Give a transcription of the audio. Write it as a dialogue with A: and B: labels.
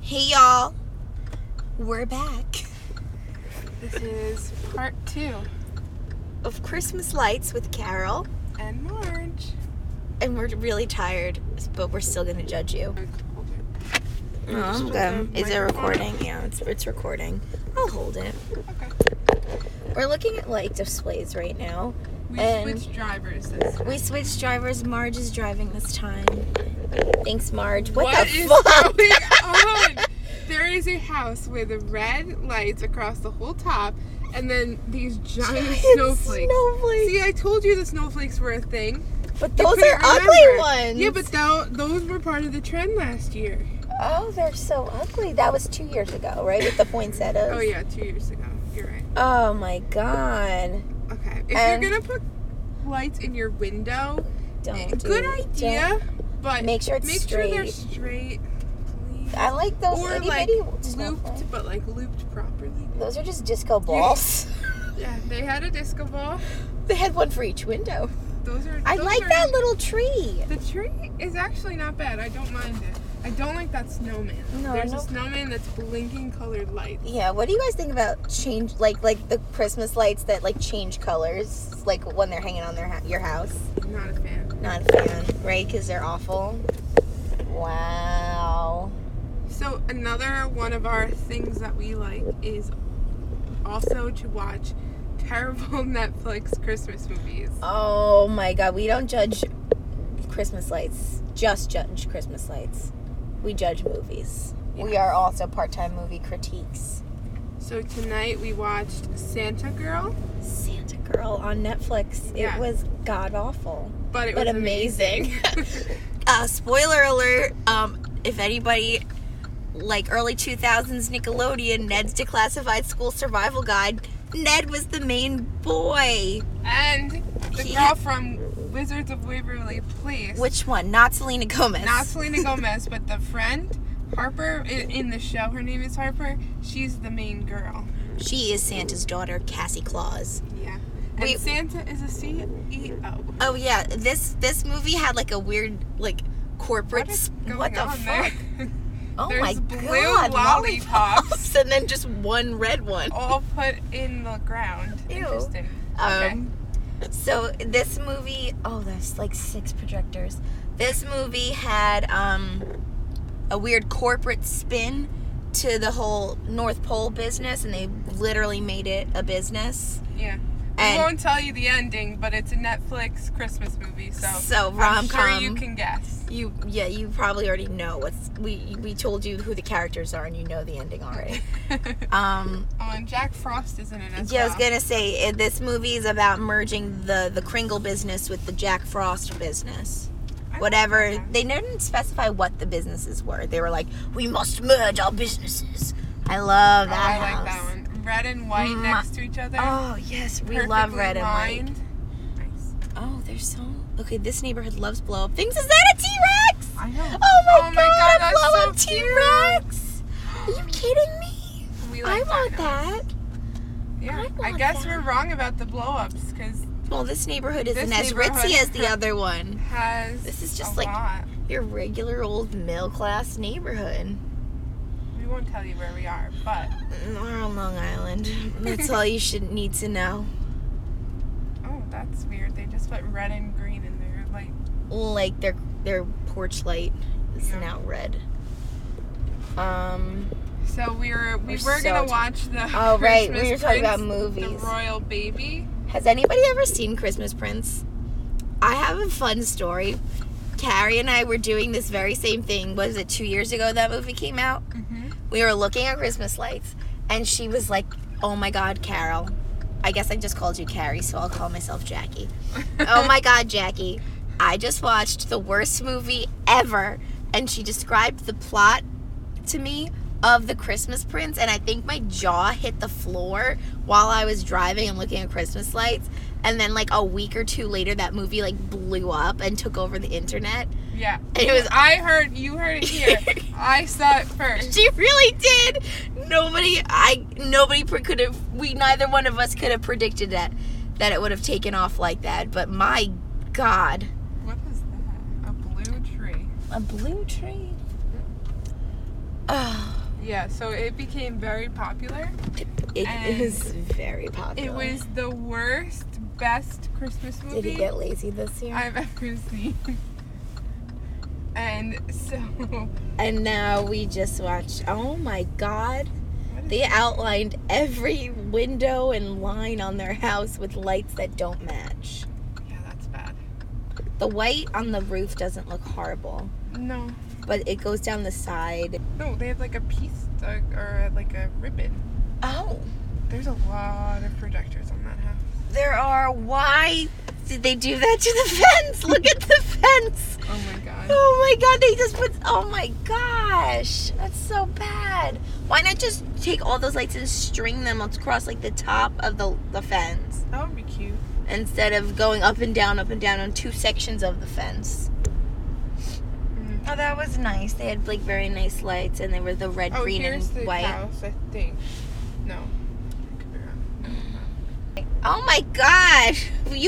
A: Hey y'all, we're back
B: This is part two
A: of Christmas Lights with Carol,
B: and Marge.
A: and we're really tired, but we're still gonna judge you.
B: um,
A: is it recording? Yeah, it's, it's recording. I'll hold it.
B: Okay.
A: We're looking at light displays right now.
B: We
A: And-
B: switched drivers. This time.
A: We switched drivers. Marge is driving this time. Thanks, Marge. What,
B: What
A: the
B: is
A: fuck?
B: going on? There is a house with the red lights across the whole top, and then these giant,
A: Giant
B: snowflakes.
A: snowflakes.
B: See, I told you the snowflakes were a thing.
A: But
B: You
A: those
B: couldn't
A: are ugly
B: remember.
A: ones.
B: Yeah, but tho- those were part of the trend last year.
A: oh, they're so ugly. That was two years ago, right? With the poinsettias.
B: Oh yeah, two years ago. You're right.
A: Oh my god.
B: Okay. If
A: And-
B: you're gonna put lights in your window,
A: Don't. do
B: good
A: it.
B: idea, but
A: Make sure it's
B: make sure they're straight, please.
A: Don't- I like those
B: or
A: itty
B: like
A: bitty snowflakes.
B: looped, but like looped properly.
A: Those are just disco balls.
B: Yeah, they had a disco ball.
A: they had one for each window.
B: Those are.
A: I
B: those
A: like
B: are-
A: that little tree.
B: The tree is actually not bad. I don't mind it. I don't like that snowman.
A: No,
B: There's
A: no.
B: a snowman that's blinking colored lights.
A: Yeah, what do you guys think about change like like the Christmas lights that like change colors like when they're hanging on their ha- your house?
B: Not a fan.
A: Not a fan, right? Because they're awful. Wow.
B: So another one of our things that we like is also to watch terrible Netflix Christmas movies.
A: Oh my god, we don't judge Christmas lights. Just judge Christmas lights. We judge movies. We are also part-time movie critiques.
B: So tonight we watched Santa Girl,
A: Santa Girl on Netflix.
B: Yeah.
A: It was god awful.
B: but it
A: But
B: was
A: amazing.
B: amazing.
A: Uh, spoiler alert. Um, if anybody like early 2000s Nickelodeon, Ned's Declassified School Survival Guide, Ned was the main boy.
B: And the
A: He-
B: girl from Wizards of Waverly Place,
A: Which one? Not Selena Gomez.
B: not Selena Gomez, but the friend Harper i- in the show. Her name is Harper. She's the main girl.
A: she is Santa's daughter, Cassie Claus.
B: Yeah. And
A: Wait.
B: Santa is a E CEO.
A: Oh yeah, this this movie had like a weird like corporate.
B: What is
A: sp-
B: going
A: what the
B: on
A: fuck?
B: there?
A: Oh
B: There's
A: my
B: blue
A: god!
B: lollipops.
A: and then just one red one.
B: All put in the ground.
A: Ew.
B: Interesting. Okay.
A: Um, So this movie, oh, there's like six projectors. This movie had um, a weird corporate spin to the whole North Pole business, and they literally made it a business.
B: Yeah. I
A: And
B: won't tell you the ending, but it's a Netflix Christmas movie, so,
A: so
B: I'm
A: rom
B: sure
A: com.
B: you can guess.
A: you yeah, you probably already know what's we we told you who the characters are, and you know the ending already. Um,
B: oh, and Jack Frost is in it as
A: Yeah, I was
B: well.
A: gonna say eh, this movie is about merging the the Kringle business with the Jack Frost business.
B: I
A: Whatever
B: like that.
A: they didn't specify what the businesses were. They were like, we must merge our businesses. I love
B: Oh,
A: that
B: I
A: house.
B: like that one. Red and white
A: Ma-
B: next to each other.
A: Mm-hmm. Oh yes, we love
B: perfectly
A: red and white.
B: lined. Nice.
A: Oh, there's so okay. This neighborhood loves blow up things. Is that a T Rex?
B: I know.
A: Oh my
B: Oh my
A: god,
B: God,
A: a
B: that's
A: blow
B: so
A: up T Rex! Are you kidding me?
B: We
A: I
B: like
A: want
B: dinos.
A: that.
B: Yeah.
A: I
B: I,
A: want
B: guess
A: that.
B: we're wrong about the blow-ups because
A: Well, this neighborhood isn't
B: This
A: as ritzy
B: neighborhood-
A: as the other one.
B: has
A: This is just
B: a
A: like-
B: lot.
A: your regular old middle class neighborhood.
B: we won't tell you where we are, but
A: We're on Long Island. That's all you should need to know.
B: oh, that's weird. They just put red and green in there. Like
A: Like their their porch light is
B: Yeah.
A: now red. Um.
B: so we were we
A: We're
B: were
A: so
B: gonna
A: t-
B: watch the
A: Oh right, we
B: Christmas
A: were talking about
B: Prince,
A: movies.
B: The Royal Baby.
A: Has anybody ever seen Christmas Prince? I have a fun story. Carrie and I were doing this very same thing. Was it two years ago that movie came out?
B: Mm-hmm.
A: we were looking at Christmas lights, and she was like, "Oh my God, Carol." I guess I just called you Carrie, so I'll call myself Jackie. oh my God, Jackie. I just watched the worst movie ever, and she described the plot to me of The Christmas Prince, and I think my jaw hit the floor while I was driving and looking at Christmas lights. And then, like a week or two later, that movie like blew up and took over the internet.
B: Yeah.
A: And it was
B: I heard you heard it here. I saw it first.
A: She really did. Nobody, I, nobody pre- could have. We neither one of us could have predicted that that it would have taken off like that. But my God,
B: What is that? A blue tree.
A: a blue tree. Oh,
B: Yeah, so it became very popular.
A: It
B: And
A: is very popular.
B: It was the worst, best Christmas movie
A: Did he get lazy this year?
B: I've ever seen. and so, what
A: and now we just watched. Oh my god.
B: is
A: They outlined every window and line on their house with lights that don't match.
B: yeah, that's bad.
A: The white on the roof doesn't look horrible,
B: No,
A: but it goes down the side.
B: no, they have like a piece uh, or like a ribbon.
A: Oh,
B: There's a lot of projectors on that house.
A: there are. Why did they do that to the fence? Look at the fence.
B: Oh my god.
A: Oh my god, they just put. Oh my gosh, that's so bad. Why not just take all those lights and string them across like the top of the, the fence
B: That would be cute.
A: instead of going up and down, up and down on two sections of the fence?
B: Mm.
A: Oh, that was nice. They had like very nice lights, and they were the red,
B: Oh,
A: green, and
B: here's the
A: white.
B: house, I think. No. I could be wrong.
A: Oh my gosh, you